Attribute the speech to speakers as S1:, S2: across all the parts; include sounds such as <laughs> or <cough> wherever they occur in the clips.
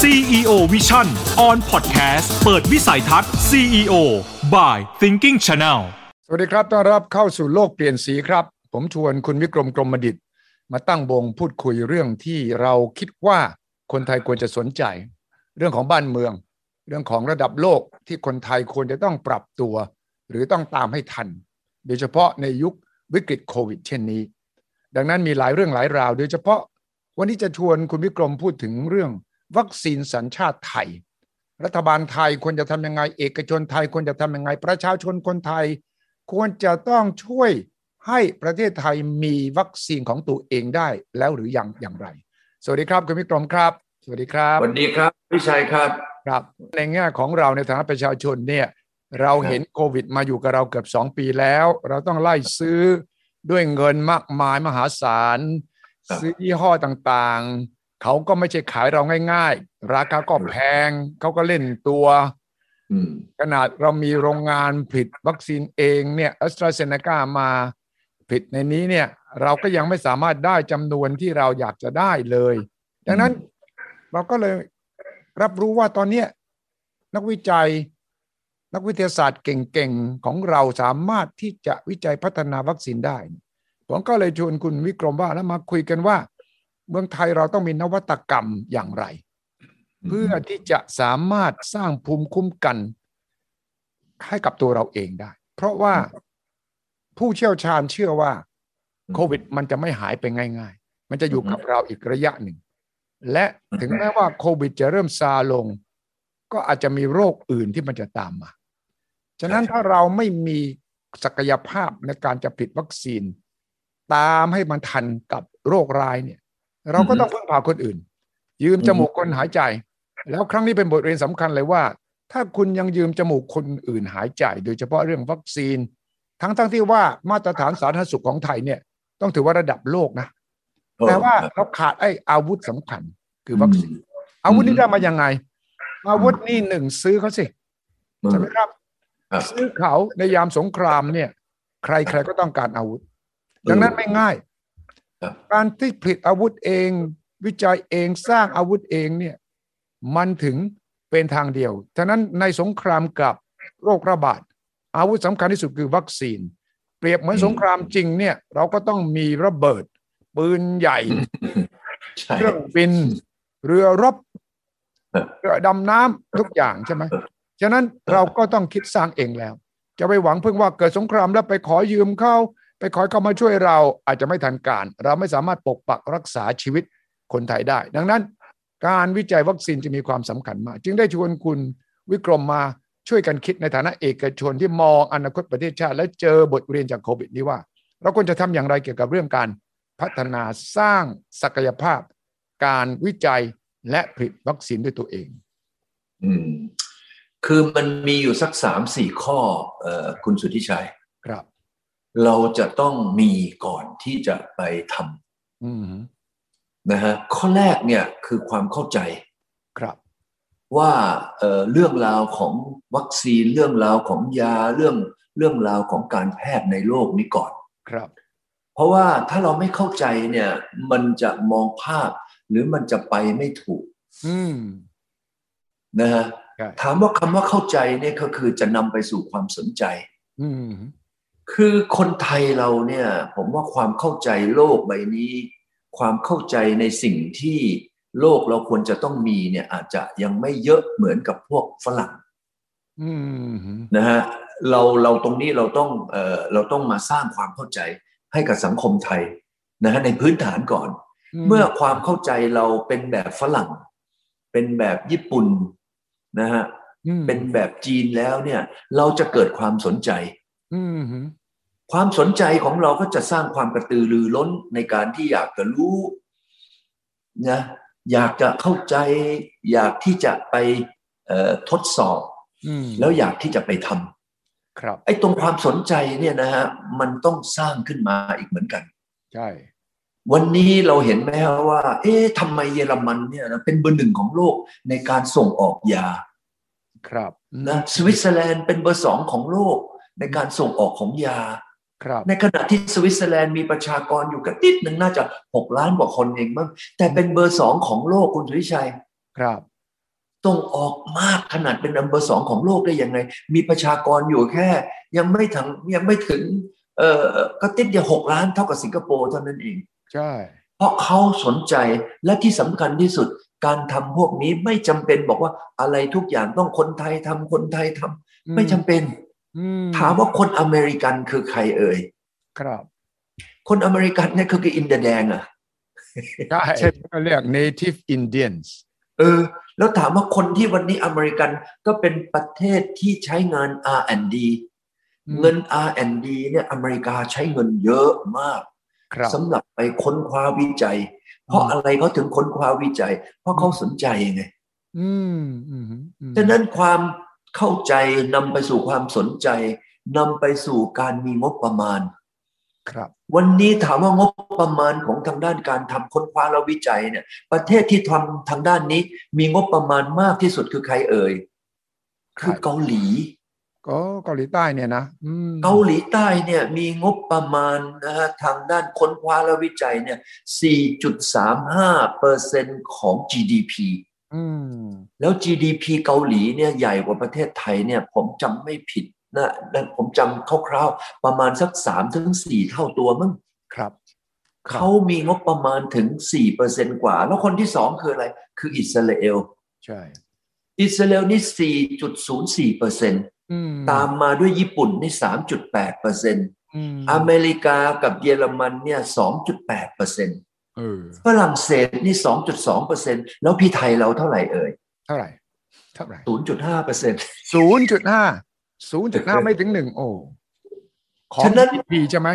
S1: CEO Vision on Podcast เปิดวิสัยทัศน์ CEO by Thinking Channel
S2: สวัสดีครับ ต้อนรับเข้าสู่โลกเปลี่ยนสีครับ ผมชวนคุณวิกรมกรมดิตมาตั้งวงพูดคุยเรื่องที่เราคิดว่าคนไทยควรจะสนใจ เรื่องของบ้านเมือง เรื่องของระดับโลกที่คนไทยควรจะต้องปรับตัว หรือต้องตามให้ทัน โดยเฉพาะในยุควิกฤตโควิด เช่นนี้ ดังนั้นมีหลายเรื่องหลายราว โดยเฉพาะวันนี้จะชวนคุณวิกรมพูดถึงเรื่อง วัคซีนสัญชาติไทย รัฐบาลไทยควรจะทำยังไง เอกชนไทยควรจะทำยังไง ประชาชนคนไทย ควรจะต้องช่วยให้ประเทศไทยมีวัคซีนของตัวเองได้แล้วหรือยังอย่างไร สวัสดีครับคุณวิกรมครับ สวัสดีครับ
S3: สวัสดีครับพี่ชัยครับ
S2: ครับ ในแง่ของเราในฐานะประชาชนเนี่ยเราเห็นโควิด มาอยู่กับเราเกือบ 2 ปีแล้ว เราต้องไล่ซื้อด้วยเงินมากมายมหาศาล
S3: ครับ
S2: ซื้อยี่ห้อต่างๆ เขาก็ไม่ใช่ขายเราง่ายๆ ราคาก็แพงเขาก็เล่นตัว
S3: อืม
S2: ขนาดเรามีโรงงานผลิตวัคซีนเองเนี่ยแอสตราเซเนกามาผลิตในนี้เนี่ย เราก็ยังไม่สามารถได้จำนวนที่เราอยากจะได้เลย ดังนั้นเราก็เลยรับรู้ว่าตอนเนี้ยนักวิจัย นักวิทยาศาสตร์เก่งๆ ของเราสามารถที่จะวิจัยพัฒนาวัคซีนได้ ผมก็เลยชวนคุณวิกรมว่าแล้วมาคุยกันว่า เมืองไทยเราต้องมีนวัตกรรมอย่างไร เพื่อที่จะสามารถสร้างภูมิคุ้มกัน ให้กับตัวเราเองได้ เพราะว่าผู้เชี่ยวชาญเชื่อว่า
S3: อืม
S2: โควิด มันจะไม่หายไปง่าย ๆ มันจะอยู่
S3: อือฮึ
S2: กับเราอีกระยะหนึ่ง และ
S3: อือฮึ
S2: ถึงแม้ว่าโควิด จะเริ่มซาลง ก็อาจจะมีโรคอื่นที่มันจะตามมา ฉะนั้นถ้าเราไม่มีศักยภาพในการจะผลิตวัคซีน ตามให้มันทันกับโรคร้ายเนี่ย เราก็ต้องพึ่งพาคนอื่น ยืมจมูกคนหายใจ แล้วครั้งนี้เป็นบทเรียนสำคัญเลยว่า ถ้าคุณยังยืมจมูกคนอื่นหายใจ โดยเฉพาะเรื่องวัคซีน ทั้งๆทที่ว่ามาตรฐานสาธารณสุขของไทยเนี่ย ต้องถือว่าระดับโลกนะแต่ว่าเราขาดไอ้อาวุธสำคัญ คือวัคซีน อาวุธนี้ได้มายังไง อาวุธนี่หนึ่งซื้อเขาสิ
S3: อืม
S2: ใช่ไหมครับ
S3: ครับ
S2: ซื้อเขาในยามสงครามเนี่ย ใครใครก็ต้องการอาวุธ ดังนั้นไม่ง่าย
S3: ครับ
S2: การที่ผลิตอาวุธเอง วิจัยเองสร้างอาวุธเองเนี่ย มันถึงเป็นทางเดียว ฉะนั้นในสงครามกับโรคระบาด อาวุธสำคัญที่สุดคือวัคซีน เปรียบเหมือน
S3: อืม
S2: สงครามจริงเนี่ย เราก็ต้องมีระเบิด ปืนใหญ่
S3: ใช่
S2: เครื่องบินเรือรบ
S3: เออ
S2: เรือดำน้ำทุกอย่างใช่ไหมฉะนั้นเราก็ต้องคิดสร้างเองแล้ว จะไปหวังเพิ่งว่าเกิดสงครามแล้วไปขอยืมเขา ไปขอให้เขามาช่วยเราอาจจะไม่ทันการ เราไม่สามารถปกปักรักษาชีวิตคนไทยได้ ดังนั้น การวิจัยวัคซีนจะมีความสำคัญมาก จึงได้ชวนคุณวิกรมมาช่วยกันคิดในฐานะเอกชนที่มองอนาคตประเทศชาติ และเจอบทเรียนจากโควิดนี้ว่า เราควรจะทำอย่างไรเกี่ยวกับเรื่องการพัฒนาสร้างศักยภาพ การวิจัยและผลิตวัคซีนด้วยตัวเอง
S3: อืม คือมันมีอยู่สักสามสี่ข้อเอ่อคุณสุทธิชัย
S2: ครับ
S3: เราจะต้องมีก่อนที่จะไปท
S2: อืม
S3: ำนะฮะข้อแรกเนี่ยคือความเข้าใจ
S2: ครับ
S3: ว่าเอ่อเรื่องราวของวัคซีนเรื่องราวของยาเรื่องเรื่องราวของการแพทย์ในโลกนี้ก่อน
S2: ครับ
S3: เพราะว่าถ้าเราไม่เข้าใจเนี่ย มันจะมองภาพ หรือมันจะไปไม่ถูก
S2: อืม
S3: นะฮะ
S2: ใช่
S3: ถามว่าคำว่าเข้าใจเนี่ยก็คือจะนำไปสู่ความสนใจ
S2: อืม
S3: คือคนไทยเราเนี่ย ผมว่าความเข้าใจโลกใบนี้ ความเข้าใจในสิ่งที่โลกเราควรจะต้องมีเนี่ยอาจจะยังไม่เยอะเหมือนกับพวกฝรั่ง
S2: อืม
S3: นะฮะเราเราตรงนี้เราต้องเออเราต้องมาสร้างความเข้าใจให้กับสังคมไทยนะฮะในพื้นฐานก่อน เมื่อความเข้าใจเราเป็นแบบฝรั่ง เป็นแบบญี่ปุ่นนะฮะ
S2: อืม
S3: เป็นแบบจีนแล้วเนี่ย เราจะเกิดความสนใจ
S2: อืม
S3: ความสนใจของเราก็จะสร้างความกระตือรือร้นในการที่อยากจะรู้นะอยากจะเข้าใจ อยากที่จะไปเอ่อทดสอบ
S2: อืม
S3: แล้วอยากที่จะไปท
S2: ครับ
S3: ำไอ้ตรงความสนใจเนี่ยนะฮะมันต้องสร้างขึ้นมาอีกเหมือนกัน
S2: ใช่
S3: วันนี้เราเห็นไหมฮะว่า เอ๊ะทำไมเยอรมันเนี่ยนะเป็นเบอร์หนึ่งของโลกในการส่งออกยา
S2: ครับ
S3: นะสวิตเซอร์แลนด์เป็นเบอร์สองของโลกในการส่งออกของยา
S2: ครับ
S3: ในขณะที่สวิตเซอร์แลนด์มีประชากรอยู่กันนิดหนึ่งน่าจะ 6 ล้านกว่าคนเองมั้งแต่เป็นเบอร์สองของโลกคุณสุริชัย
S2: ครับ
S3: ต้องออกมากขนาดเป็นอันเบอร์สองของโลกได้ยังไง มีประชากรอยู่แค่ ยังไม่ถึงยังไม่ถึงเออก็ติดอย่าหกล้านเท่ากับสิงคโปร์เท่านั้นเอง
S2: ใช่
S3: เพราะเขาสนใจและที่สำคัญที่สุด การทำพวกนี้ไม่จำเป็นบอกว่าอะไรทุกอย่างต้องคนไทยทำคนไทยทำ
S2: อื
S3: ไม่จำเป็น
S2: อื
S3: ถามว่าคนอเมริกันคือใครเอ่ย
S2: ครับ
S3: คนอเมริกันเนี่ยคือคืออินเดียแดงอะ
S2: ใช่เขาเรียก native Indians
S3: เออแล้วถามว่าคนที่วันนี้อเมริกันก็เป็นประเทศที่ใช้งาน R&D
S2: อืม
S3: เงิน R&D เนี่ยอเมริกาใช้เงินเยอะมาก
S2: ครับ
S3: สำหรับไปค้นคว้าวิจัย เพราะ
S2: อืม
S3: อะไรเขาถึงค้นคว้าวิจัย เพราะเขาสนใจไง
S2: อืมอืมอืม
S3: ดังนั้นความเข้าใจนำไปสู่ความสนใจนำไปสู่การมีงบประมาณ
S2: ครับ
S3: วันนี้ถามว่างบประมาณของทางด้านการทำค้นคว้าและวิจัยเนี่ย ประเทศที่ทำทางด้านนี้มีงบประมาณมากที่สุดคือใครเอ่ย
S2: ใคร
S3: คือเกาหลี
S2: ก็เกาหลีใต้เนี่ยนะอืม
S3: เกาหลีใต้เนี่ยมีงบประมาณนะฮะทางด้านค้นคว้าและวิจัยเนี่ย 4.35เปอร์เซ็นของ GDP
S2: อืม
S3: แล้ว GDP เกาหลีเนี่ยใหญ่กว่าประเทศไทยเนี่ยผมจำไม่ผิดนะนะผมจำคร่าวๆ ประมาณสัก3ถึง4เท่าตัวมั้ง
S2: ครับ ครับ
S3: เขามีงบประมาณถึง 4%กว่า แล้วคนที่สองคืออะไร คืออิสราเอล
S2: ใช่
S3: อิสราเอลนี่ 4.04%
S2: อืม
S3: ตามมาด้วยญี่ปุ่นนี่ 3.8%
S2: อืม
S3: อเมริกากับเยอรมันเนี่ย 2.8%
S2: เออ
S3: ฝรั่งเศสนี่ 2.2%แล้วพี่ไทยเราเท่าไหร่เอ่ย
S2: เท่าไหร่ เท่าไหร่
S3: 0.5%
S2: ศูนย์จุดห้าศูนย์จุดห้าไม่ถึงหนึ่งโอ้ของ
S3: ฉะนั้น
S2: GDP ใช่ไหม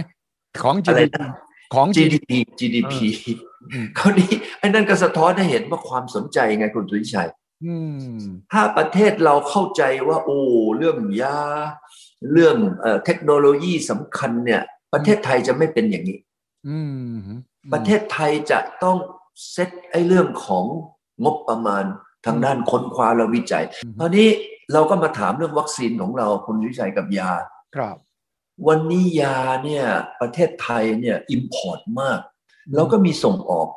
S2: ของ
S3: อะไร
S2: GDP
S3: นะ
S2: ของ GDP
S3: GDP GDP
S2: อืม
S3: คราวนี้ไอ้นั่นก็สะท้อนให้เห็นว่าความสนใจไงคุณสุวิชัย
S2: อืม
S3: ถ้าประเทศเราเข้าใจว่าโอ้เรื่องยา เรื่องเอ่อเทคโนโลยีสำคัญเนี่ยประเทศไทยจะไม่เป็นอย่างนี้
S2: อืม
S3: ประเทศไทยจะต้องเซตไอ้เรื่องของงบประมาณทางด้านค้นคว้าและวิจัยคราวนี้เราก็มาถามเรื่องวัคซีนของเราคุณวิชัยกับยา
S2: ครับ
S3: วันนี้ยาเนี่ยประเทศไทยเนี่ยอิมพอตมาก เราก็มีส่งออก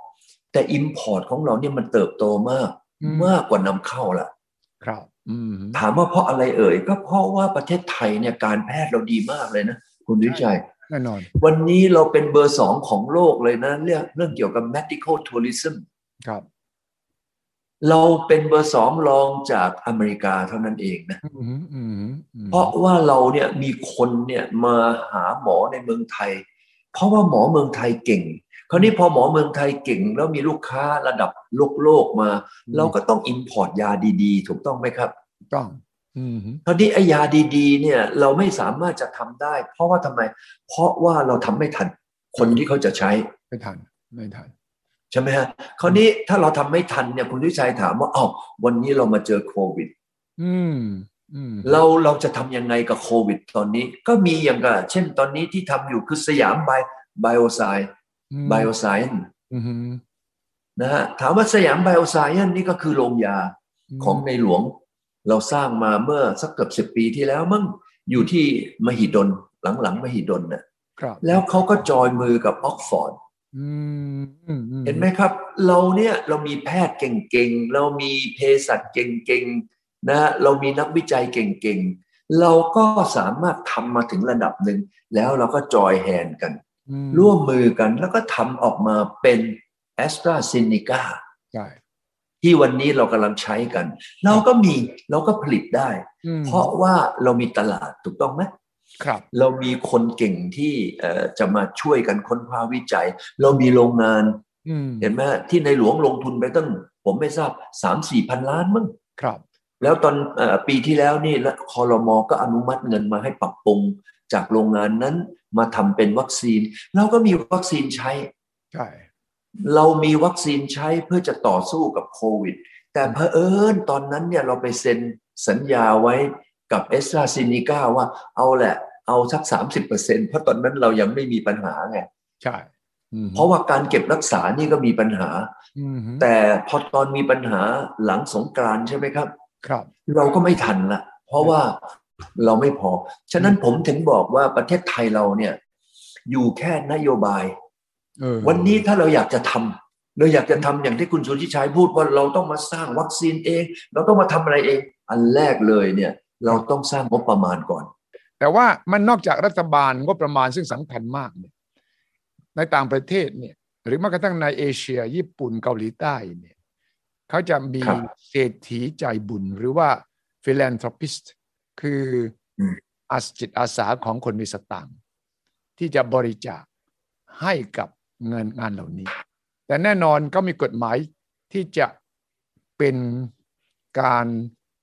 S3: แต่อิมพอตของเราเนี่ยมันเติบโตมาก
S2: อืม
S3: มากกว่านำเข้าละ
S2: ครับ อืม
S3: ถามว่าเพราะอะไรเอ่ย ก็เพราะว่าประเทศไทยเนี่ยการแพทย์เราดีมากเลยนะ คุณวิชัย
S2: แน่นอน
S3: วันนี้เราเป็นเบอร์สองของโลกเลยนะเรื่องเรื่องเกี่ยวกับ medical tourism
S2: ครับ
S3: เราเป็นเบอร์สองรองจากอเมริกาเท่านั้นเองนะ
S2: อืมอืมอืม
S3: เพราะว่าเราเนี่ยมีคนเนี่ยมาหาหมอในเมืองไทย เพราะว่าหมอเมืองไทยเก่ง คราวนี้พอหมอเมืองไทยเก่ง แล้วมีลูกค้าระดับโลกโลกมา เราก็ต้องอินพอร์ตยาดีๆ ถูกต้องไหมครับ
S2: ถูกต้อง อืม
S3: คราวนี้ไอ้ยาดีๆเนี่ยเราไม่สามารถจะทำได้ เพราะว่าทำไม เพราะว่าเราทำไม่ทัน คนที่เขาจะใช้
S2: ไม่ทันไม่ทัน
S3: ใช่ไหมฮะคราวนี้ถ้าเราทำไม่ทันเนี่ยคุณวิชัยถามว่าเอ้าววันนี้เรามาเจอโควิด
S2: อืม อืม
S3: เราเราจะทำยังไงกับโควิดตอนนี้ ก็มีอย่างกับเช่นตอนนี้ที่ทำอยู่คือสยามไบไบโอไซไบโอไซน์
S2: อืม
S3: นะฮะถามว่าสยามไบโอไซน์นี่ก็คือโรงยา ของในหลวง เราสร้างมาเมื่อสักเกือบสิบปีที่แล้วมั้งอยู่ที่มหิดลหลังๆมหิดลน่ะ
S2: ครับ
S3: แล้วเขาก็จอยมือกับออกฟอร์ด
S2: อืมอือื
S3: เห็นไหมครับ เราเนี่ยเรามีแพทย์เก่งๆ เรามีเภสัชเก่งๆนะเรามีนักวิจัยเก่งๆ เราก็สามารถทำมาถึงระดับหนึ่ง แล้วเราก็จอยแฮนด์กัน
S2: อืม
S3: ร่วมมือกันแล้วก็ทำออกมาเป็นแอสตราเซเนกา
S2: ใช่
S3: ที่วันนี้เรากำลังใช้กัน เราก็มีเราก็ผลิตได้
S2: อืม
S3: เพราะว่าเรามีตลาดถูกต้องไหม
S2: ครับ
S3: เรามีคนเก่งที่เอ่อจะมาช่วยกันค้นคว้าวิจัย เรามีโรงงาน
S2: อืม
S3: เห็นไหมฮะที่ในหลวงลงทุนไปตั้ง ผมไม่ทราบสามสี่พันล้านมั้ง
S2: ครับ
S3: แล้วตอนเออปีที่แล้วนี่ละคอรมอก็อนุมัติเงินมาให้ปรับปรุงจากโรงงานนั้นมาทำเป็นวัคซีน เราก็มีวัคซีนใช้
S2: ใช่
S3: เรามีวัคซีนใช้เพื่อจะต่อสู้กับโควิด แต่เพอเอิญตอนนั้นเนี่ยเราไปเซ็นสัญญาไว้กับเอสตราซินิก้าว่าเอาแหละเอาสัก 30%เพราะตอนนั้นเรายังไม่มีปัญหาไง
S2: ใช่อืม
S3: เพราะว่าการเก็บรักษานี่ก็มีปัญหา
S2: อืม
S3: แต่พอตอนมีปัญหาหลังสงกรานต์ใช่ไหมครับ
S2: ครับ
S3: เราก็ไม่ทันละเพราะว่าเราไม่พอ ฉะนั้นผมถึงบอกว่าประเทศไทยเราเนี่ยอยู่แค่นโยบาย
S2: เออ
S3: วันนี้ถ้าเราอยากจะทำ เราอยากจะทำอย่างที่คุณสุทธิชัยพูดว่าเราต้องมาสร้างวัคซีนเอง เราต้องมาทำอะไรเอง อันแรกเลยเนี่ยเราต้องสร้างงบประมาณก่อน
S2: แต่ว่ามันนอกจากรัฐบาลงบประมาณซึ่งสำคัญมากเนี่ยในต่างประเทศเนี่ยหรือแม้กระทั่งในเอเชีย ญี่ปุ่นเกาหลีใต้เนี่ยเขาจะมี
S3: ครับ
S2: เศรษฐีใจบุญหรือว่า philanthropist คืออ
S3: ม
S2: อาสจิตอาสาของคนมีสตางค์ที่จะบริจาคให้กับเงินงานเหล่านี้ แต่แน่นอนก็มีกฎหมายที่จะเป็นการ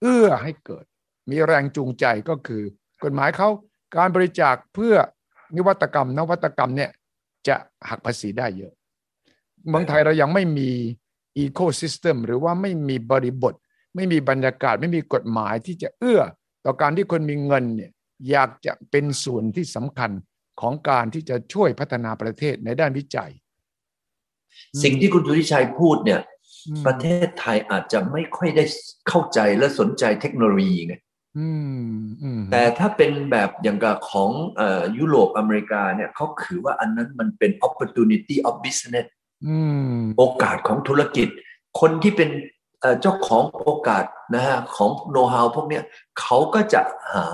S2: เอื้อให้เกิด มีแรงจูงใจก็คือกฎหมายเขาการบริจาคเพื่อนิวัตกรรม นวัตกรรมเนี่ยจะหักภาษีได้เยอะ เมืองไทยเรายังไม่มีอีโค y ิสเต็มหรือว่าไม่มีบริบท ไม่มีบรรยากาศ ไม่มีกฎหมายที่จะเอื้อ ต่อการที่คนมีเงินเนี่ยอยากจะเป็นส่วนที่สำคัญของการที่จะช่วยพัฒนาประเทศในด้านวิจัย
S3: สิ่งที่คุณสุทธิชัยพูดเนี่ย
S2: อืม
S3: ประเทศไทยอาจจะไม่ค่อยได้เข้าใจและสนใจเทคโนโลยีไง
S2: อืมอืม
S3: แต่ถ้าเป็นแบบอย่างกับของเอ่อยุโรปอเมริกาเนี่ยเขาถือว่าอันนั้นมันเป็น opportunity of business
S2: อืม
S3: โอกาสของธุรกิจ คนที่เป็นเอ่อเจ้าของโอกาสนะฮะของโน้ตฮาวพวกเนี้ยเขาก็จะหา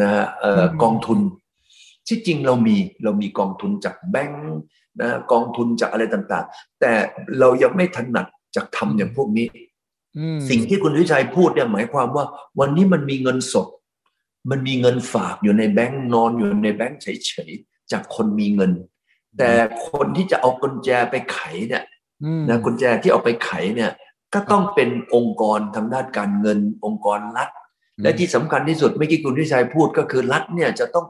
S3: นะฮะเอ่ออ
S2: ม
S3: กองทุน ที่จริงเรามีเรามีกองทุนจากแบงก์นะฮะกองทุนจากอะไรต่างๆ แต่เรายังไม่ถนัดจากทำอย่างพวกนี้
S2: อืม
S3: สิ่งที่คุณวิชัยพูดเนี่ยหมายความว่าวันนี้มันมีเงินสด มันมีเงินฝากอยู่ในแบงก์นอนอยู่ในแบงก์เฉยๆจากคนมีเงิน แต่คนที่จะเอากุญแจไปไขเนี่ย
S2: อืม
S3: นะกุญแจที่เอาไปไขเนี่ยก็ต้องเป็นองค์กรทางด้านการเงินองค์กรรัฐ และที่สำคัญที่สุดเมื่อกี้คุณวิชัยพูดก็คือรัฐเนี่ยจะต้อง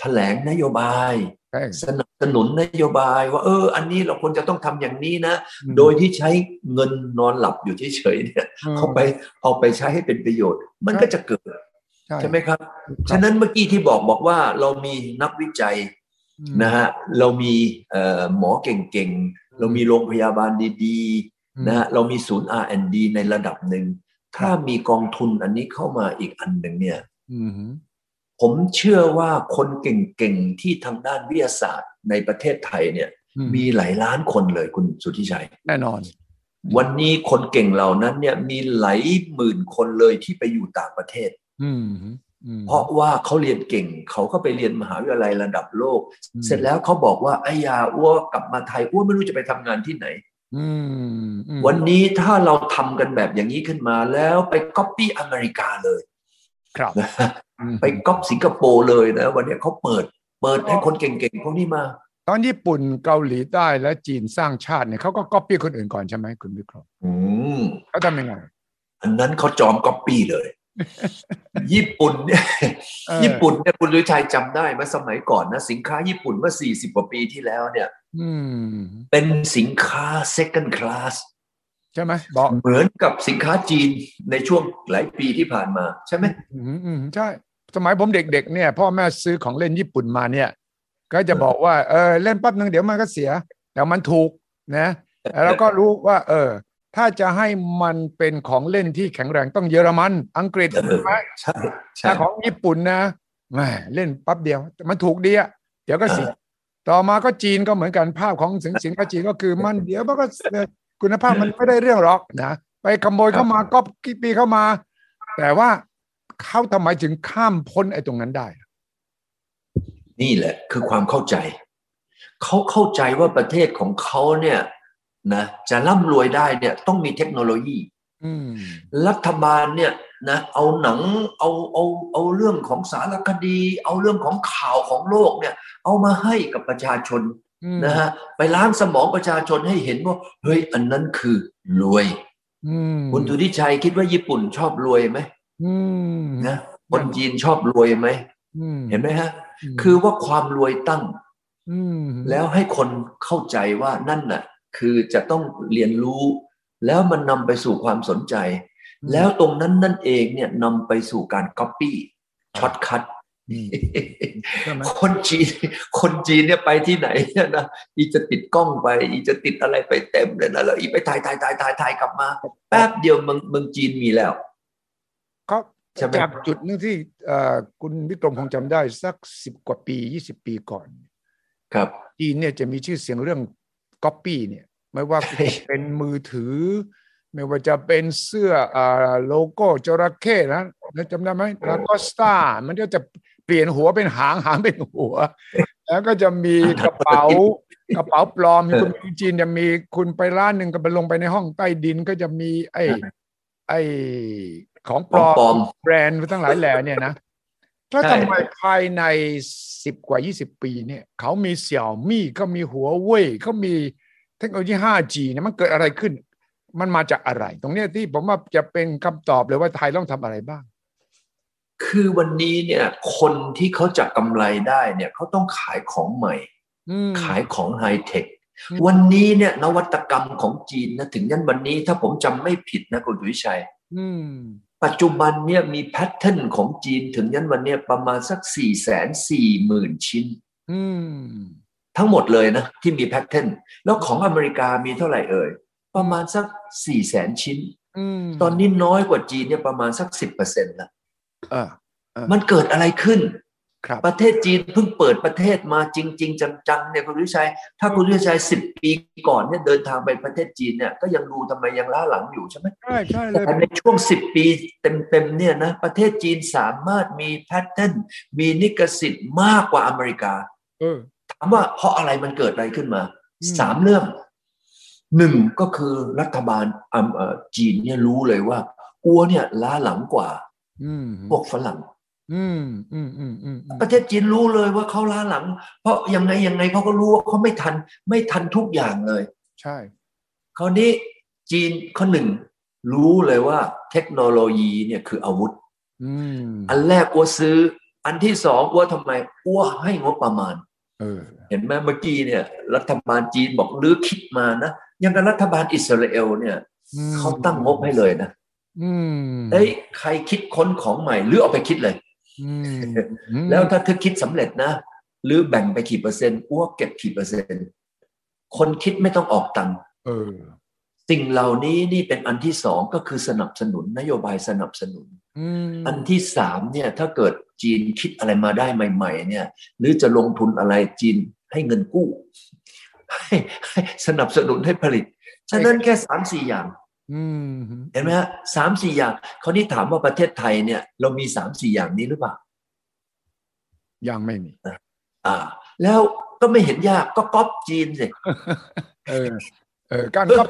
S3: แถลงนโยบาย
S2: ใช่
S3: สนับสนุนนโยบายว่าเออ อันนี้เราควรจะต้องทำอย่างนี้นะ โดยที่ใช้เงินนอนหลับอยู่เฉยๆเนี่ย
S2: อืม
S3: เอาไปเอาไปใช้ให้เป็นประโยชน์ มัน
S2: ครับ
S3: ก็จะเกิดใช่ไหมครับ ฉะนั้นเมื่อกี้ที่บอกบอกว่าเรามีนักวิจัย
S2: อืม
S3: นะฮะเรามีเอ่อหมอเก่งๆ เรามีโรงพยาบาลดี
S2: อืม
S3: ๆนะฮะเรามีศูนย์ R&D ในระดับหนึ่ง ถ้ามีกองทุนอันนี้เข้ามาอีกอันหนึ่งเนี่ย
S2: อืม
S3: ผมเชื่อว่าคนเก่งๆ ที่ทางด้านวิทยาศาสตร์ในประเทศไทยเนี่ย
S2: อืม
S3: มีหลายล้านคนเลยคุณสุทธิชัย
S2: แน่นอน
S3: วันนี้คนเก่งเหล่านั้นเนี่ยมีหลายหมื่นคนเลยที่ไปอยู่ต่างประเทศ
S2: อืมอืม
S3: เพราะว่าเขาเรียนเก่ง เขาก็ไปเรียนมหาวิทยาลัยระดับโลก
S2: อืม
S3: เสร็จแล้วเขาบอกว่าไอ้ยาอ้วกลับมาไทยอ้วไม่รู้จะไปทำงานที่ไหน
S2: อืมอืม
S3: วันนี้ถ้าเราทำกันแบบอย่างนี้ขึ้นมาแล้วไปก๊อปปี้อเมริกาเลย
S2: ครับ
S3: นะ
S2: อืม
S3: ไปก๊อปสิงคโปร์เลยนะวันนี้เขาเปิดเปิดให้คนเก่งๆพวกนี้มา
S2: ตอนญี่ปุ่นเกาหลีใต้และจีนสร้างชาติเนี่ยเขาก็ก๊อปปี้คนอื่นก่อนใช่ไหมคุณวิเคราะห์
S3: อืม
S2: เขาทำยังไง
S3: อันนั้นเขาจอมก๊อปปี้เลย
S2: <laughs>
S3: ญี่ปุ่นเนี่ย
S2: เออ
S3: ญี่ปุ่นเนี่ยคุณลุยชัยจำได้ไหมาสมัยก่อนนะสินค้าญี่ปุ่นเมื่อ 40 กว่าปีที่แล้วเนี่ย
S2: อืม
S3: เป็นสินค้า second class
S2: ใช่ไหมบอก
S3: เหมือนกับสินค้าจีนในช่วงหลายปีที่ผ่านมา ใช่ไหม
S2: อืมอืมใช่ สมัยผมเด็กๆเนี่ยพ่อแม่ซื้อของเล่นญี่ปุ่นมาเนี่ย ก็จะบอกว่าเออเล่นแป๊บหนึ่งเดี๋ยวมันก็เสียเดี๋ยวมันถูกนะ แล้วก็รู้ว่า เออ ถ้าจะให้มันเป็นของเล่นที่แข็งแรงต้องเยอรมัน อังกฤษ
S3: เออ
S2: ใช่ไหม
S3: ใช่ใช่
S2: ถ้าของญี่ปุ่นนะแหมเล่นปั๊บเดียวแต่มันถูกดีอะเดี๋ยวก็เสิ
S3: เออ
S2: ต่อมาก็จีนก็เหมือนกันภาพของสินสินค้าจีนก็
S3: <laughs>
S2: คือมันเดี๋ยวมันก็เอ่อคุณภาพมันไม่ได้เรื่องหรอกนะไปขโมยเข้ามาก็กี่ปีเข้ามา แต่ว่าเขาทำไมถึงข้ามพ้นไอ้ตรงนั้นได้
S3: นี่แหละคือความเข้าใจ เขาเข้าใจว่าประเทศของเขาเนี่ยนะจะร่ำรวยได้เนี่ยต้องมีเทคโนโลยี
S2: อืม
S3: รัฐบาลเนี่ยนะเอาหนังเอาเอาเอาเรื่องของสารคดี เอาเรื่องของข่าวของโลกเนี่ย เอามาให้กับประชาชน
S2: อืม
S3: นะฮะไปล้างสมองประชาชนให้เห็นว่าเฮ้ยอันนั้นคือรวย
S2: อืม
S3: คุณตุดิชัยคิดว่าญี่ปุ่นชอบรวยไหม
S2: อืม
S3: นะคนจีนชอบรวยไหม
S2: อืม
S3: เห็นไหมฮะ
S2: ม
S3: คือว่าความรวยตั้ง
S2: อืม
S3: แล้วให้คนเข้าใจว่านั่นน่ะคือจะต้องเรียนรู้ แล้วมันนำไปสู่ความสนใจ แล้วตรงนั้นนั่นเองเนี่ยนำไปสู่การก๊อปปี้ช็อต <laughs> คัท
S2: อืมใช่ไหม
S3: คนจีน คนจีนเนี่ยไปที่ไหนเนี่ยนะอีจะติดกล้องไป อีจะติดอะไรไปเต็มเลยนะแล้วอีไปถ่ายถ่ายถ่ายถ่ายถ่ายกลับมา แป๊บเดียวเมืองเมืองจีนมีแล้ว
S2: เขา
S3: ใช่ไหม
S2: จากจุดหนึงที่เอ่อคุณวิกรมคงจำได้สักสิบกว่าปียี่สิบปีก่อน
S3: ครับ
S2: จีนเนี่ยจะมีชื่อเสียงเรื่องก๊อปปี้เนี่ย ไม่ว่า
S3: ใช่
S2: เป็นมือถือ <laughs> ไม่ว่าจะเป็นเสื้ออ่าโลโก้จระเข้นะนะจำได้ไหมลาโกสตามันก็จะเปลี่ยนหัวเป็นหาง <laughs> หางเป็นหัว แล้วก็จะ <laughs> มีกระเป๋ากระเป๋าปลอม
S3: เออ
S2: คุณไปจีนจะมีคุณไปร้านหนึ่งก็ไปลงไปในห้องใต้ดินก็จะมี ไอ้ไอ้ของป
S3: ปล
S2: ล
S3: อ
S2: อ
S3: ม
S2: ม
S3: ปลอม
S2: แบรนด์ทั้งหลายแหล่เนี่ยนะ แล้ว
S3: ใช่
S2: ทำไมภายในสิบกว่ายี่สิบปีเนี่ย เขามีเสี่ยวมี่ก็มีหัวเว่ยเขามีเทคโนโลยี 5G เนี่ยมันเกิดอะไรขึ้น มันมาจากอะไร ตรงเนี้ยที่ผมว่าจะเป็นคำตอบเลยว่าไทยต้องทำอะไรบ้าง
S3: คือวันนี้เนี่ยคนที่เขาจะกำไรได้เนี่ยเขาต้องขายของใหม่
S2: อืม
S3: ขายของไฮเทค
S2: อืม
S3: วันนี้เนี่ยนวัตกรรมของจีนนะถึงยันวันนี้ถ้าผมจำไม่ผิดนะคุณสุวิชัย
S2: อืม
S3: ปัจจุบันเนี่ยมีแพทเทิร์นของจีนถึงยันวันเนี้ยประมาณสัก 4 4 0 0 0 0 ชิ้น
S2: อืม
S3: ทั้งหมดเลยนะที่มีแพทเทิร์นแล้วของอเมริกามีเท่าไหร่เอ่ย ประมาณสัก 4 0 0 0 0 ชิ้น
S2: อืม
S3: ตอนนี้น้อยกว่าจีนเนี่ยประมาณสัก 10%ละ
S2: เออ
S3: มันเกิดอะไรขึ้น
S2: ครับ
S3: ประเทศจีนเพิ่งเปิดประเทศมาจริง ๆ จังๆเนี่ยคุณวิชัย ถ้าคุณวิชัยสิบปีก่อนเนี่ยเดินทางไปประเทศจีนเนี่ยก็ยังดูทำไมยังล้าหลังอยู่ใช่ไหม
S2: ใช่ใช่เลย
S3: แต่ในช่วงสิบปีเต็มๆเนี่ยนะประเทศจีนสามารถมีแพทเทิร์นมีนิกสิทธิ์มากกว่าอเมริกา
S2: เออ
S3: ถามว่าเพราะอะไรมันเกิดอะไรขึ้นมา
S2: อืม
S3: สามเรื่องหนึ่งก็คือรัฐบาลอ่ำเอ่อจีนเนี่ยรู้เลยว่า อัวเนี่ยล้าหลังกว่า
S2: อืม
S3: พวกฝรั่ง
S2: อืมอืมอืมอืมอืม
S3: ประเทศจีนรู้เลยว่าเขาล้าหลัง เพราะยังไงยังไงเขาก็รู้ว่าเขาไม่ทันไม่ทันทุกอย่างเลย
S2: ใช่
S3: คราวนี้จีนข้อหนึ่งรู้เลยว่าเทคโนโลยีเนี่ยคืออาวุธ
S2: อืม
S3: อันแรกอัวซื้อ อันที่สองอัวทำไมอัวให้งบประมาณ
S2: เออ
S3: เห็นไหมเมื่อกี้เนี่ยรัฐบาลจีนบอกลื้อคิดมานะยังกับรัฐบาลอิสราเอลเนี่ย
S2: อืม
S3: เขาตั้งงบให้เลยนะ
S2: อืม
S3: เอ้ยใครคิดค้นของใหม่หรือเอาไปคิดเลย
S2: อืม
S3: แล้วถ้าเธอคิดสำเร็จนะ หรือแบ่งไปกี่เปอร์เซ็นต์อ้วกเก็บกี่เปอร์เซ็นต์ คนคิดไม่ต้องออกตังค์
S2: เออ
S3: สิ่งเหล่านี้นี่เป็นอันที่สองก็คือสนับสนุนนโยบายสนับสนุน
S2: อืม
S3: อันที่สามเนี่ยถ้าเกิดจีนคิดอะไรมาได้ใหม่ ๆ เนี่ย หรือจะลงทุนอะไรจีนให้เงินกู้ให้ให้สนับสนุนให้ผลิต ฉะนั้นแค่สามสี่อย่าง
S2: อืม
S3: เห็นไหมฮะสามสี่อย่างเขาวนี่ถามว่าประเทศไทยเนี่ยเรามีสามสี่อย่างนี้หรือเปล่า
S2: ยังไม่มี
S3: อ่า แล้วก็ไม่เห็นยากก็ก๊อปจีนสิ
S2: เออเออการก๊อป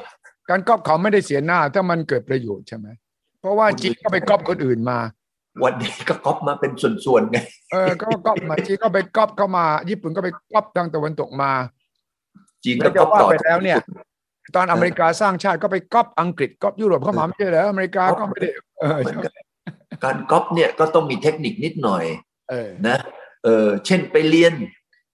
S2: การก๊อปเขาไม่ได้เสียหน้า ถ้ามันเกิดประโยชน์ใช่ไหมเพราะว่าจีนก็ไปก๊อปคนอื่นมา
S3: วันนี้ก็ก๊อปมาเป็นส่วนๆไง
S2: เออก็ก๊อปมาจีนก็ไปก๊อปเข้ามา ญี่ปุ่นก็ไปก๊อปทางตะวันตกมา
S3: จีนก็
S2: แล้วก็
S3: ก๊อป
S2: ว่า
S3: ต่อ
S2: ไปแล้วเนี่ย ตอนอเมริกาสร้างชาติก็ไปก๊อปอังกฤษก๊อปยุโรปเข้ามาไม่ใช่เหรออเมริกาก็ไม่ได้เออ
S3: เหมือนกันการก๊อปเนี่ยก็ต้องมีเทคนิคนิดหน่อย
S2: เออ
S3: นะเออเช่นไปเรียน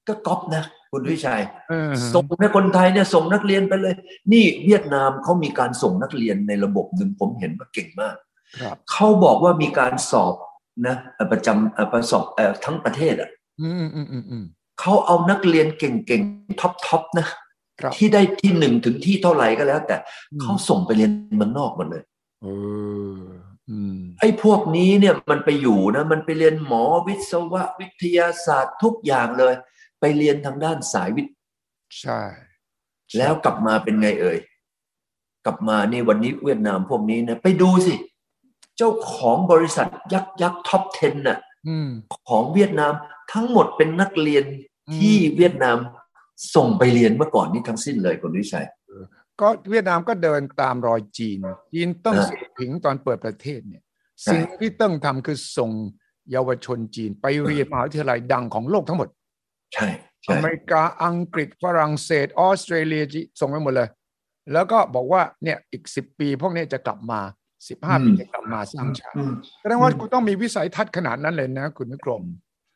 S3: ก็ก๊อปนะ คุณวิชัย
S2: เออ
S3: ส่งให้คนไทยเนี่ยส่งนักเรียนไปเลย นี่เวียดนามเขามีการส่งนักเรียนในระบบหนึ่งผมเห็นว่าเก่งมาก
S2: ครับ
S3: เขาบอกว่ามีการสอบนะเอ่อประจำเอ่อประสอบเอ่อทั้งประเทศอ่ะ
S2: อืมอืมอืมอืม
S3: เขาเอานักเรียนเก่งๆท็อปๆนะครับ ที่ได้ที่หนึ่งถึงที่เท่าไหร่ก็แล้ว แต่เขาส่งไปเรียนเมืองนอกหมดเลย
S2: เอออืม
S3: ไอ้พวกนี้เนี่ยมันไปอยู่นะมันไปเรียนหมอวิศวะวิทยาศาสตร์ทุกอย่างเลย ไปเรียนทางด้านสายวิทย์
S2: ใช่
S3: แล้วกลับมาเป็นไงเอ่ย กลับมานี่วันนี้เวียดนามพวกนี้นะไปดูสิ เจ้าของบริษัทยักษ์ยักษ์ท็อป 10 น่ะ
S2: อืม
S3: ของเวียดนามทั้งหมดเป็นนักเรียน
S2: อืม
S3: ที่เวียดนามส่งไปเรียนเมื่อก่อนนี้ทั้งสิ้นเลยคุณวิชัย
S2: ก็เวียดนามก็เดินตามรอยจีน จีนเติ้ง
S3: อ่า
S2: เสี่ยวผิงตอนเปิดประเทศเนี่ย
S3: ใช่
S2: สิ่งที่เติ้งทำคือส่งเยาวชนจีนไปเรียนมหาวิทยาลัยดังของโลกทั้งหมด
S3: ใช่ใช่
S2: อเมริกาอังกฤษฝรั่งเศสออสเตรเลียจีส่งไปหมดเลย แล้วก็บอกว่าเนี่ยอีกสิบปี พวกเนี้จะกลับมาสิบห้า
S3: อืม
S2: ปีจะกลับมาสร้างชาติ
S3: อืม
S2: แสดงว่าคุณต้องมีวิสัยทัศน์ขนาดนั้นเลยนะคุณวิกรม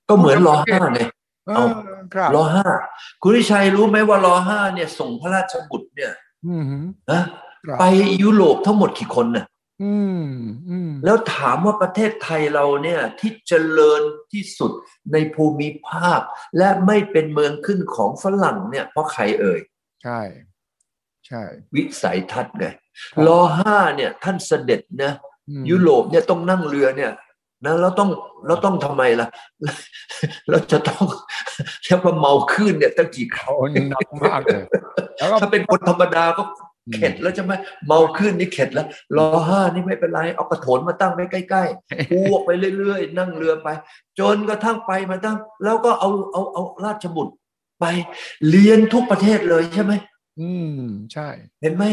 S3: ก็เหมือนรอห้าเลย
S2: เอ
S3: เอา
S2: อครับ
S3: รอห้าคุณวิชัยรู้ไหมว่ารอห้าเนี่ยส่งพระราชบุตรเนี่ย
S2: อืมฮึ
S3: นะครับ ไปยุโรปทั้งหมดกี่คนนะ
S2: อืมอืม
S3: แล้วถามว่าประเทศไทยเราเนี่ยที่เจริญที่สุดในภูมิภาค และไม่เป็นเมืองขึ้นของฝรั่งเนี่ยเพราะใครเอ่ย
S2: ใช่ ใช่
S3: วิสัยทัศน์ไง
S2: ครับ
S3: รอห้าเนี่ยท่านเสด็จนะ
S2: อืม
S3: ยุโรปเนี่ยต้องนั่งเรือเนี่ย นะแล้วต้องแล้วต้องทำไมล่ะ แล้วจะต้องแล้วก็เมาขึ้นเนี่ยตั้งกี่ครั้ง
S2: โอ้หนักมากเลยแล้วก็
S3: ถ้าเป็นคนธรรมดาก็เข็ดแล้วใช่ไหมเมาขึ้นนี่เข็ดแล้วรอห้านี่ไม่เป็นไร เอากระโถนมาตั้งไว้ใกล้ๆอ้วกไปเรื่อยๆ นั่งเรือไป จนกระทั่งไปมาตั้ง แล้วก็เอาเอาเอาราชบุตรไป เรียนทุกประเทศเลยใช่ไหม
S2: อืมใช่
S3: เห็นไหม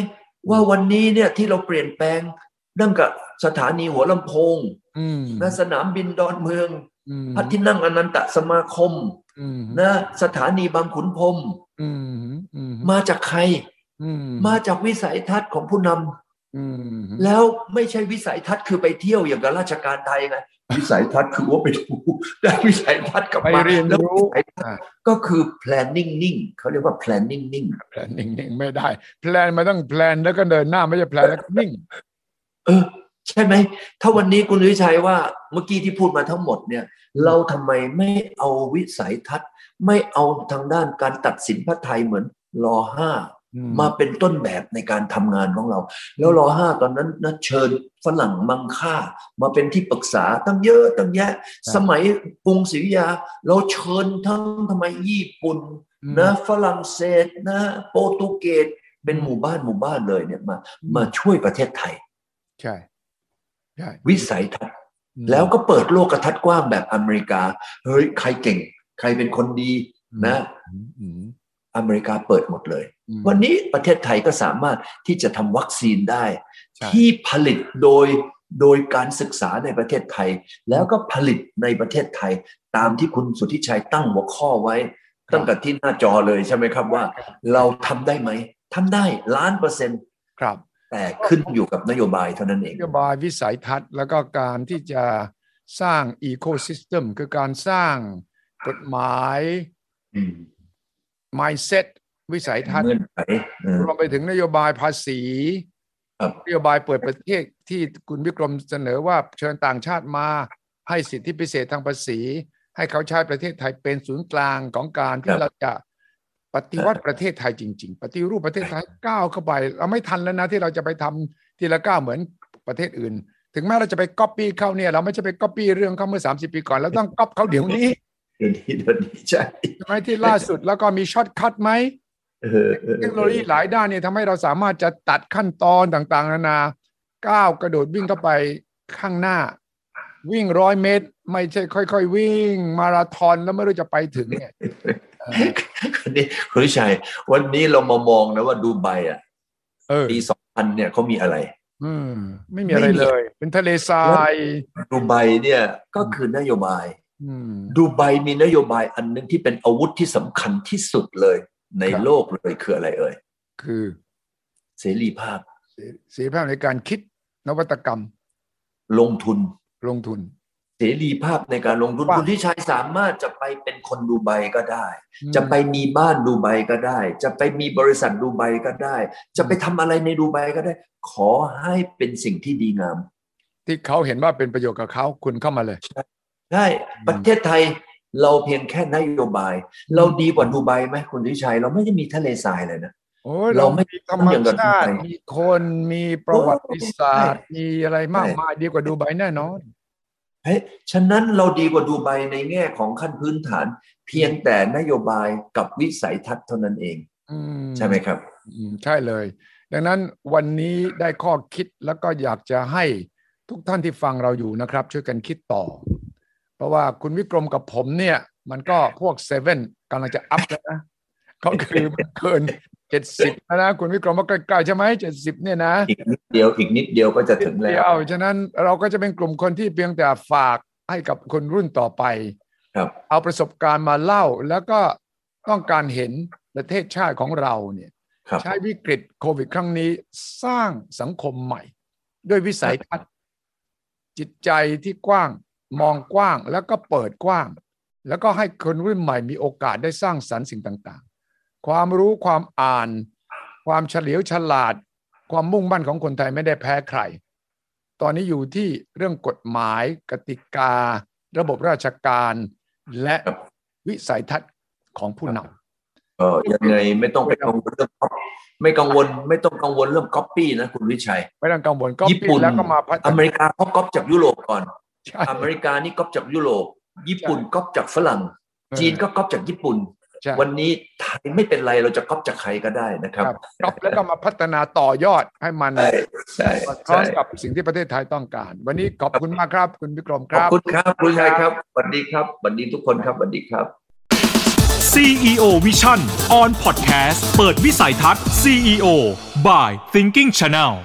S3: ว่าวันนี้เนี่ยที่เราเปลี่ยนแปลงเรื่องกับสถานีหัวลำโพง
S2: อืม
S3: นะสนามบินดอนเมือง
S2: อืม
S3: พระที่นั่งอนันตสมาคม
S2: อืม
S3: นะสถานีบางขุนพรหม
S2: อืมอืม
S3: มาจากใคร
S2: อืม
S3: มาจากวิสัยทัศน์ของผู้นำ
S2: อืม
S3: แล้วไม่ใช่วิสัยทัศน์คือไปเที่ยวอย่างกับราชการไทยไงวิสัยทัศน์คือว่าไปดู <laughs> ได้วิสัยทัศน์กลับ
S2: ไป
S3: มา
S2: เรียน
S3: แล้ว
S2: รู้
S3: วิสัยทัศน์
S2: อ่า
S3: ก็คือ planning นิ่งเขาเรียกว่า planning นิ่ง
S2: แพลนนิ่งๆไม่ได้ แพลนมาต้องแพลนแล้วก็เดินหน้าไม่ใช่แพลนแล้วก็นิ่ง
S3: เออ ใช่ไหม ถ้าวันนี้คุณวิชัยว่าเมื่อกี้ที่พูดมาทั้งหมดเนี่ย เราทำไมไม่เอาวิสัยทัศน์ ไม่เอาทางด้านการตัดสินพระไทยเหมือนรอห้า
S2: อื
S3: มาเป็นต้นแบบในการทำงานของเรา แล้วรอห้าตอนนั้นนะเชิญฝรั่งมังค่า มาเป็นที่ปรึกษาตั้งเยอะตั้งแยะ สมัยกรุงศรีอยุธยา เราเชิญทั้งทำไมญี่ปุ่น
S2: อืม
S3: นะฝรั่งเศสนะโปรตุเกสเป็นหมู่บ้านหมู่บ้านเลยเนี่ยมา
S2: อืม
S3: มาช่วยประเทศไทย
S2: ใช่ใช่
S3: วิสัยทัศน์
S2: อืม
S3: แล้วก็เปิดโลกทัศน์กว้างแบบอเมริกาเฮ้ยใครเก่ง ใครเป็นคนดีนะ
S2: อืมอืม
S3: อเมริกาเปิดหมดเลย
S2: อืม
S3: วันนี้ประเทศไทยก็สามารถที่จะทำวัคซีนได้
S2: ใช่
S3: ที่ผลิตโดยโดยการศึกษาในประเทศไทย แล้วก็ผลิตในประเทศไทย ตามที่คุณสุทธิชัยตั้งหัวข้อไว้ ตั้งแต่ที่หน้าจอเลยใช่ไหมครับว่า เราทำได้ไหมทำได้ล้านเปอร์เซ็นต์
S2: ครับ
S3: แต่ขึ้นอยู่กับนโยบายเท่านั้นเอน ง
S2: โยบายวิสัยทัศน์แล้วก็การที่จะสร้างอีโค y s สเต็มคือการสร้างกฎหมาย
S3: อืม
S2: mindset วิสัยทัศน์
S3: เงื่อนไขเออ
S2: รวมไปถึงนโยบายภาษี
S3: ครับ
S2: นโยบายเปิดประเทศที่คุณวิกรมเสนอว่าเชิญต่างชาติมาให้สิทธิพิเศษทางภาษี ให้เขาใช้ประเทศไทยเป็นศูนย์กลางของการที่เราจะปฏิวัติประเทศไทยจริง ๆ ปฏิรูปประเทศไทยก้าวเข้าไป เราไม่ทันแล้วนะที่เราจะไปทำทีละก้าวเหมือนประเทศอื่น ถึงแม้เราจะไปก๊อปปี้เขาเนี่ยเราไม่ใช่ไปก๊อปปี้เรื่องเขาเมื่อ 30 ปีก่อนเราต้องก๊อปเขาเดี๋ยวนี้
S3: เดี๋ยวนี้เดี๋ยวนี้ใช่
S2: ใช่ไหมที่ล่าสุดแล้วก็มีช็อตคัทไหม
S3: เออออ
S2: เทคโนโลยีหลายด้านเนี่ยทำให้เราสามารถจะตัดขั้นตอนต่างๆ นานาก้าวกระโดดวิ่งเข้าไปข้างหน้า วิ่งร้อยเมตร ไม่ใช่ค่อย ๆ วิ่ง มาราธอนแล้วไม่รู้จะไปถึงเนี่ยเออ
S3: วันนี้คุณวิชัย วันนี้เรามามองนะว่าดูไบอ่ะ
S2: เออ
S3: ปีสองพันเนี่ยเขามีอะไร
S2: อืมไม่มีอะไรเลย เป็นทะเลทราย
S3: ดูไบเนี่ยก็คือนโยบาย
S2: อืม
S3: ดูไบมีนโยบายอันหนึงที่เป็นอาวุธที่สำคัญที่สุดเลย ใน
S2: ครับ
S3: โลกเลยคืออะไรเอ่ย
S2: คือ
S3: เสรีภาพ
S2: เสียภาพในการคิดนวัตกรรม
S3: ลงทุน
S2: ลงทุน
S3: เสรีภาพในการลงทุน
S2: ว่า
S3: คุณที่ชัยสามารถจะไปเป็นคนดูไบก็ได้ จะไปมีบ้านดูไบก็ได้ จะไปมีบริษัทดูไบก็ได้ จะไปทำอะไรในดูไบก็ได้ ขอให้เป็นสิ่งที่ดีงาม
S2: ที่เขาเห็นว่าเป็นประโยชน์กับเขาคุณเข้ามาเลย
S3: ใช่ประเทศไทยเราเพียงแค่นโยบาย เราดีกว่าดูไบไหมคุณทิชัยเราไม่ได้มีทะเลทรายเลยนะ
S2: โอ้ย
S3: เรา
S2: เรา
S3: ไม่
S2: ไม่ธรรม
S3: อย่างกับ
S2: ชาติ
S3: ดูไบ
S2: มีคนมีประวัติศาสตร์
S3: โอ้ใช่
S2: มีอะไรมาก
S3: ใช่
S2: มายดีกว่าดูไบแน่นอน
S3: เฮ้ยฉะนั้นเราดีกว่าดูไบในแง่ของขั้นพื้นฐาน เพียงแต่นโยบายกับวิสัยทัศน์เท่านั้นเอง
S2: อื
S3: ใช่ไหมครับ
S2: อืมใช่เลย ดังนั้นวันนี้ได้ข้อคิดแล้วก็อยากจะให้ทุกท่านที่ฟังเราอยู่นะครับ ช่วยกันคิดต่อ เพราะว่าคุณวิกรมกับผมเนี่ย มันก็พวกเซเว่นกำลังจะอัพแล้วนะเขาคือมันเกินเจ็ดสิบแล้วนะคุณวิกรมว่าใกล้ๆใช่ไหมเจ็ดสิบเนี่ยนะ
S3: อีกนิดเดียวอีกนิดเดียวก็จะถึงแล้
S2: เดียว วฉะนั้นเราก็จะเป็นกลุ่มคนที่เพียงแต่ฝากให้กับคนรุ่นต่อไป
S3: ครับ
S2: เอาประสบการณ์มาเล่า แล้วก็ต้องการเห็นประเทศชาติของเราเนี่ย
S3: ครับ
S2: ใช้วิกฤตโควิดครั้งนี้สร้างสังคมใหม่ ด้วยวิสัยทัศน์จิตใจที่กว้างมองกว้างแล้วก็เปิดกว้าง แล้วก็ให้คนรุ่นใหม่มีโอกาสได้สร้างสรรค์สิ่งต่างๆ ความรู้ความอ่าน ความเฉลียวฉลาด ความมุ่งมั่นของคนไทยไม่ได้แพ้ใคร ตอนนี้อยู่ที่เรื่องกฎหมาย กติกา ระบบราชการ และ
S3: ครับ
S2: วิสัยทัศน์ของผู้น
S3: เออยังไงไม่ต้องไปกังวลเรื่อง copy ไม่กังวลไม่ต้องกังวลเรื่องก๊อปปี้นะคุณวิชัย
S2: ำไม่ต้องกังวลก็
S3: ญี่ปุ่น
S2: แล้วก็มาพัฒ
S3: อเม
S2: นา
S3: ริกาเขาก๊อปจากยุโรปก่อน
S2: ใช่
S3: อเมริกานี่ก๊อปจากยุโรป ญี่ปุ่นก๊อปจากฝรั่ง จีนก็ก๊อปจากญี่ปุ่น
S2: ใช่
S3: วันนี้ไทยไม่เป็นไรเราจะก๊อปจากใครก็ได้นะค
S2: ค
S3: รั
S2: รั
S3: บบ
S2: ก๊อปแล้วก็มาพัฒนาต่อยอดให้มัน
S3: ใช่ใช่
S2: สอดคล้อ
S3: ใช่
S2: งกับสิ่งที่ประเทศไทยต้องการ วันนี้ขอบคุณมากครับ คุณวิกรมค
S3: ข
S2: รั
S3: อบ
S2: บ
S3: คุณครับคุณชายครับสวัสดีครับสวัสดีทุกคนครับสวัสดีครับ
S1: CEO Vision on Podcast เปิดวิสัยทัศน์ CEO by Thinking Channel